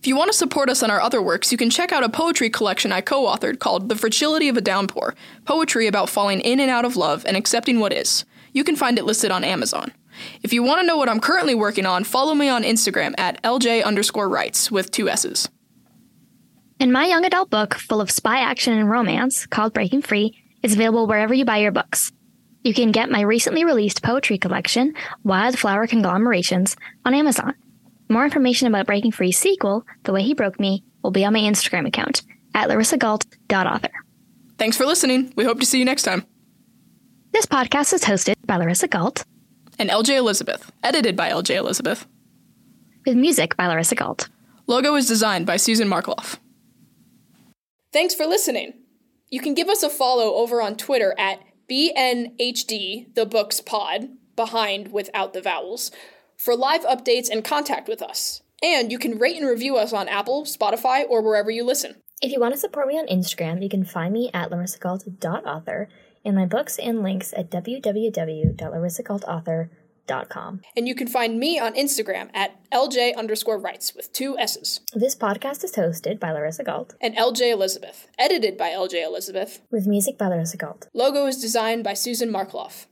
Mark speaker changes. Speaker 1: If you want to support us on our other works, you can check out a poetry collection I co authored called The Fragility of a Downpour Poetry about falling in and out of love and accepting what is. You can find it listed on Amazon. If you want to know what I'm currently working on, follow me on Instagram at LJ underscore rights with two S's.
Speaker 2: And my young adult book, full of spy action and romance, called Breaking Free, is available wherever you buy your books. You can get my recently released poetry collection, Wildflower Conglomerations, on Amazon. More information about Breaking Free's sequel, The Way He Broke Me, will be on my Instagram account at larissagalt.author.
Speaker 1: Thanks for listening. We hope to see you next time.
Speaker 2: This podcast is hosted by Larissa Galt
Speaker 1: and LJ Elizabeth, edited by LJ Elizabeth.
Speaker 2: with music by Larissa Galt.
Speaker 1: Logo is designed by Susan Markloff. Thanks for listening. You can give us a follow over on Twitter at BNHD, the books pod, behind without the vowels, for live updates and contact with us. And you can rate and review us on Apple, Spotify, or wherever you listen.
Speaker 2: If you want to support me on Instagram, you can find me at larissagalt.author and my books and links at www.larissagaltauthor.com.
Speaker 1: And you can find me on Instagram at LJ underscore rights with two S's
Speaker 2: This podcast is hosted by Larissa Galt
Speaker 1: and LJ Elizabeth, edited by LJ Elizabeth.
Speaker 2: with music by Larissa Galt.
Speaker 1: Logo is designed by Susan Markloff.